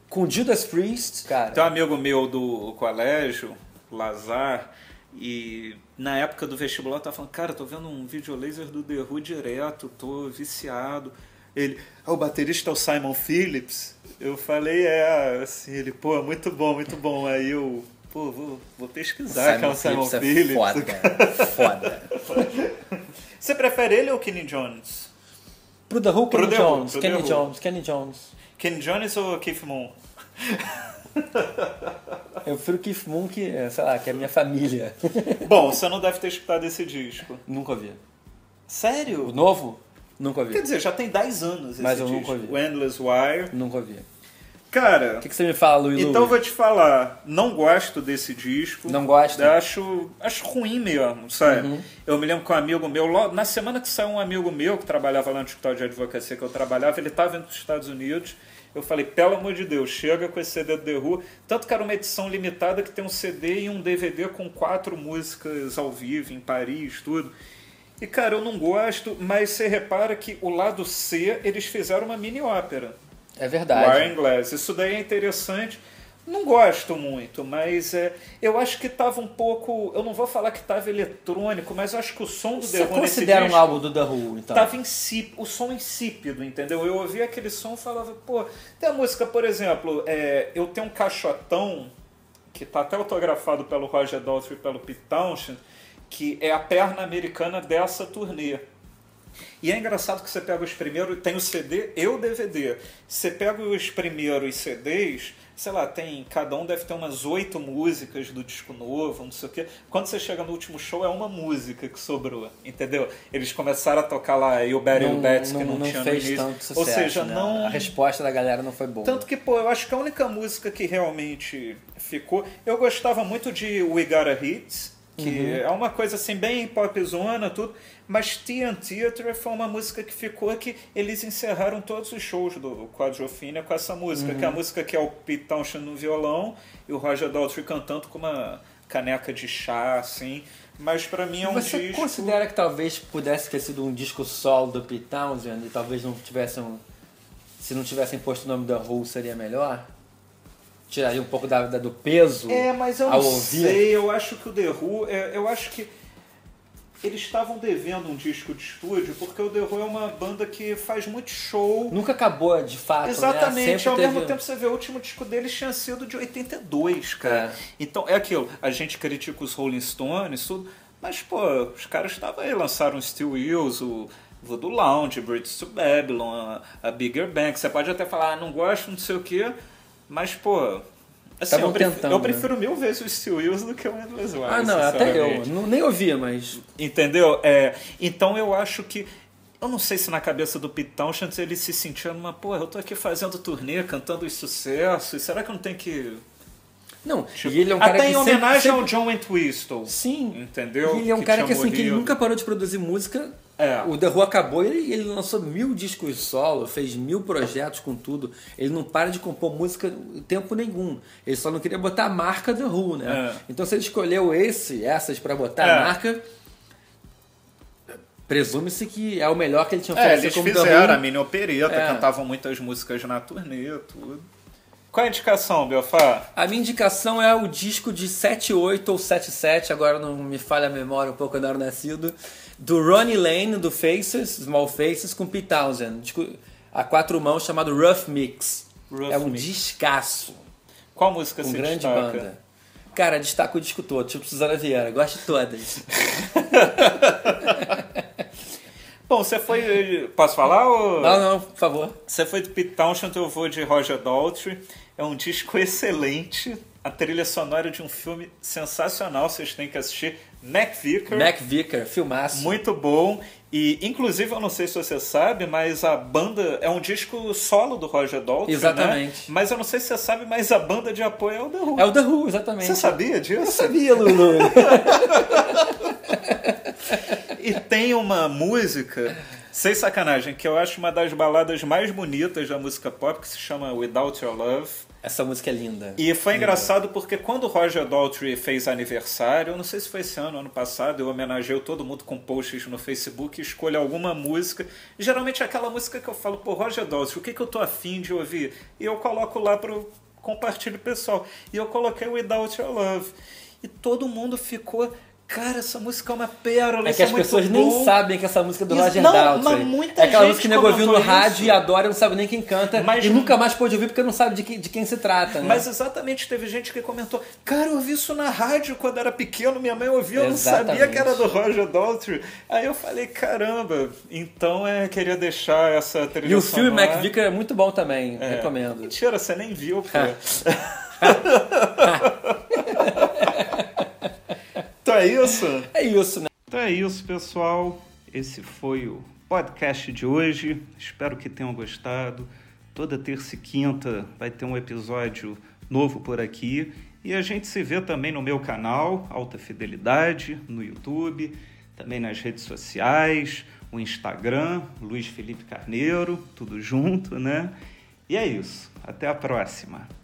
Com o Judas Priest, cara.
Tem um amigo meu do colégio, Lazar, e na época do vestibular eu tava falando, cara, eu tô vendo um vídeo laser do The Who direto, tô viciado. Ele, ah, o baterista é o Simon Phillips? Eu falei, é, assim, ele, pô, é muito bom, muito bom. Aí eu, pô, vou, vou pesquisar que é o Simon Phillips.
foda. foda.
Você prefere ele ou Kenny Jones?
Pro The Who,
Pro
Kenny
The Who,
Jones,
pro
Kenny
The Who.
Jones, Kenny Jones.
Kenny Jones ou Keith Moon?
Eu prefiro Keith Moon que, é, sei lá, que é minha família.
Bom, você não deve ter escutado esse disco.
[LAUGHS] nunca ouvi. O
Sério?
novo? Nunca
Quer
ouvi.
dizer, já tem 10 anos esse
Mas eu
disco.
nunca ouvi.
O Endless Wire.
Nunca ouvi.
Cara,
O que, que você me fala, Luiz?
então eu
Louis?
vou te falar, não gosto desse disco.
Não gosta? Uhum.
Acho, acho ruim mesmo, sabe? Eu me lembro que um amigo meu, logo, na semana que saiu um amigo meu que trabalhava lá no escritório de advocacia que eu trabalhava, ele estava indo para os Estados Unidos. Eu falei, pelo amor de Deus, chega com esse CD do The Who. Tanto que era uma edição limitada que tem um CD e um DVD com quatro músicas ao vivo em Paris, tudo. E cara, eu não gosto, mas você repara que o lado C eles fizeram uma mini ópera.
É
Wine
verdade.
Glass. Isso daí é interessante. Não gosto muito, mas é, eu acho que tava um pouco. Eu não vou falar que tava eletrônico, mas eu acho que o som do
Você
The Who nesse
considera um
disco Tá
álbum do The Who, então?
tava insípido, o som insípido, entendeu? Eu ouvia aquele som e falava, pô, tem a música, por exemplo, é, eu tenho um caixotão que tá até autografado pelo Roger Daltrey e pelo Pete Townshend, que é a perna americana dessa turnê. E é engraçado que você pega os primeiros, tem o CD e o DVD. Você pega os primeiros CDs, sei lá, tem cada um deve ter umas oito músicas do disco novo, não sei o quê. Quando você chega no último show é uma música que sobrou, entendeu? Eles começaram a tocar lá e o Barry
não,
Betts que
não,
não,
não
tinha no
fez
início.
tanto sucesso.
Ou seja,
né?
não
A resposta da galera não foi boa.
tanto que, pô, eu acho que a única música que realmente ficou. Eu gostava muito de We Gotta Hits, que é uma coisa assim, bem popzona, tudo. Mas Tea and Theatre foi uma música que ficou que eles encerraram todos os shows do Quadrofina com essa música, que é a música que é o Pete Townshend no violão e o Roger Daltrey cantando com uma caneca de chá, assim. Mas pra mim é um
Você
disco.
considera que talvez pudesse ter sido um disco solo do Pete Townsend e talvez não tivessem. Se não tivessem posto o nome da Who seria melhor? Tiraria um pouco da, da- do peso
É, mas eu
ao
não
ouvir?
sei, eu acho que o The Who, é, eu acho que eles estavam devendo um disco de estúdio, porque o The Who é uma banda que faz muito show.
Nunca acabou de fato. Né?
Exatamente,
Sempre
ao
teve-
mesmo tempo você vê o último disco deles tinha sido de 82, cara.
É.
Então é aquilo, a gente critica os Rolling Stones, tudo, mas pô, os caras estavam aí, lançaram o Steel Wheels, o Voodoo Lounge, Bridge to Babylon, a, a Bigger Bang. Você pode até falar, ah, não gosto, não sei o quê, mas pô. Assim,
Tavam
eu, prefiro,
tentando,
eu
né?
prefiro mil vezes o Steel Wheels do que o Endless Wire.
Ah, não, até eu.
sinceramente.
Não- nem ouvia, mas.
Entendeu? É, então eu acho que. Eu não sei se na cabeça do Pete Townshend ele se sentia numa, pô, eu tô aqui fazendo turnê, cantando os sucessos, será que eu não tem que.
Não,
Tipo,
e ele é um cara
até
que
em
sempre-
homenagem
sempre-
ao John Entwistle.
Sim.
Entendeu?
E ele é um
Que
cara
tinha
que assim, que ele
morrido.
nunca parou de produzir música.
É.
O The Who acabou e ele, ele lançou mil discos solo, fez mil projetos com tudo. Ele não para de compor música em tempo nenhum. Ele só não queria botar a marca The Who, né?
É.
Então se ele escolheu esse, essas pra botar
É.
a marca, presume-se que é o melhor que ele tinha
É,
oferecido
eles
como
fizeram a
The Who.
mini opereta,
É.
cantavam muitas músicas na turnê, tudo. Qual a indicação, Belfá?
A minha indicação é o disco de 78 ou 77, agora não me falha a memória um pouco, eu não era nascido, do Ronnie Lane, do Faces, Small Faces, com Pete Townsend, disco a quatro mãos chamado Rough Mix.
Rough
é um
Mix.
descasso,
Qual música
com
se
grande
destaca?
banda. Cara, destaco o disco todo, tipo Suzana Vieira, gosto
[LAUGHS]
de todas.
Bom, você foi. Posso falar? Ou...
Não, não, por favor.
Você foi de Pete Townshend, eu vou de Roger Daltrey. É um disco excelente. A trilha sonora de um filme sensacional, vocês têm que assistir. Mac Vicker.
Mac Vicker, filmaço.
Muito bom. E, inclusive, eu não sei se você sabe, mas a banda é um disco solo do Roger Daltrey,
Exatamente.
né? Mas eu não sei se você sabe, mas a banda de apoio é o The Who.
É o The Who, exatamente.
Você sabia disso?
Eu sabia, Lulu.
E tem uma música, sem sacanagem, que eu acho uma das baladas mais bonitas da música pop, que se chama Without Your Love.
[LAUGHS] Essa música é linda.
E foi engraçado porque quando o Roger Daltrey fez aniversário, eu não sei se foi esse ano, ano passado, eu homenageei todo mundo com posts no Facebook, escolho alguma música. Geralmente é aquela música que eu falo, pô, Roger Daltrey, o que, que eu tô afim de ouvir? E eu coloco lá pro compartilho pessoal. E eu coloquei Without Your Love. E todo mundo ficou, cara, essa música é uma pérola,
É
isso
que as
muito
pessoas
bom."
nem sabem que essa música é do
Isso-
Roger
não,
Daltrey.
mas muita
é aquela
gente
música que nego ouviu no
comentou
rádio
isso.
e adora e não sabe nem quem canta.
Mas-
e nunca mais pôde ouvir porque não sabe de, que- de quem se trata, né?
Mas exatamente teve gente que comentou: Cara, eu ouvi isso na rádio quando era pequeno, minha mãe ouvia, eu não sabia
Exatamente.
que era do Roger Daltrey. Aí eu falei: Caramba, então é, queria deixar essa trilha
e o filme
sonora.
Mac Vicker é muito bom também.
É.
Recomendo.
Mentira, você nem
[LAUGHS]
viu, pô. [LAUGHS] então é isso?
É isso, né?
Então é isso, pessoal. Esse foi o podcast de hoje. Espero que tenham gostado. Toda terça e quinta vai ter um episódio novo por aqui. E a gente se vê também no meu canal, Alta Fidelidade, no YouTube, também nas redes sociais, o Instagram, Luiz Felipe Carneiro, tudo junto, né? E é isso. Até a próxima.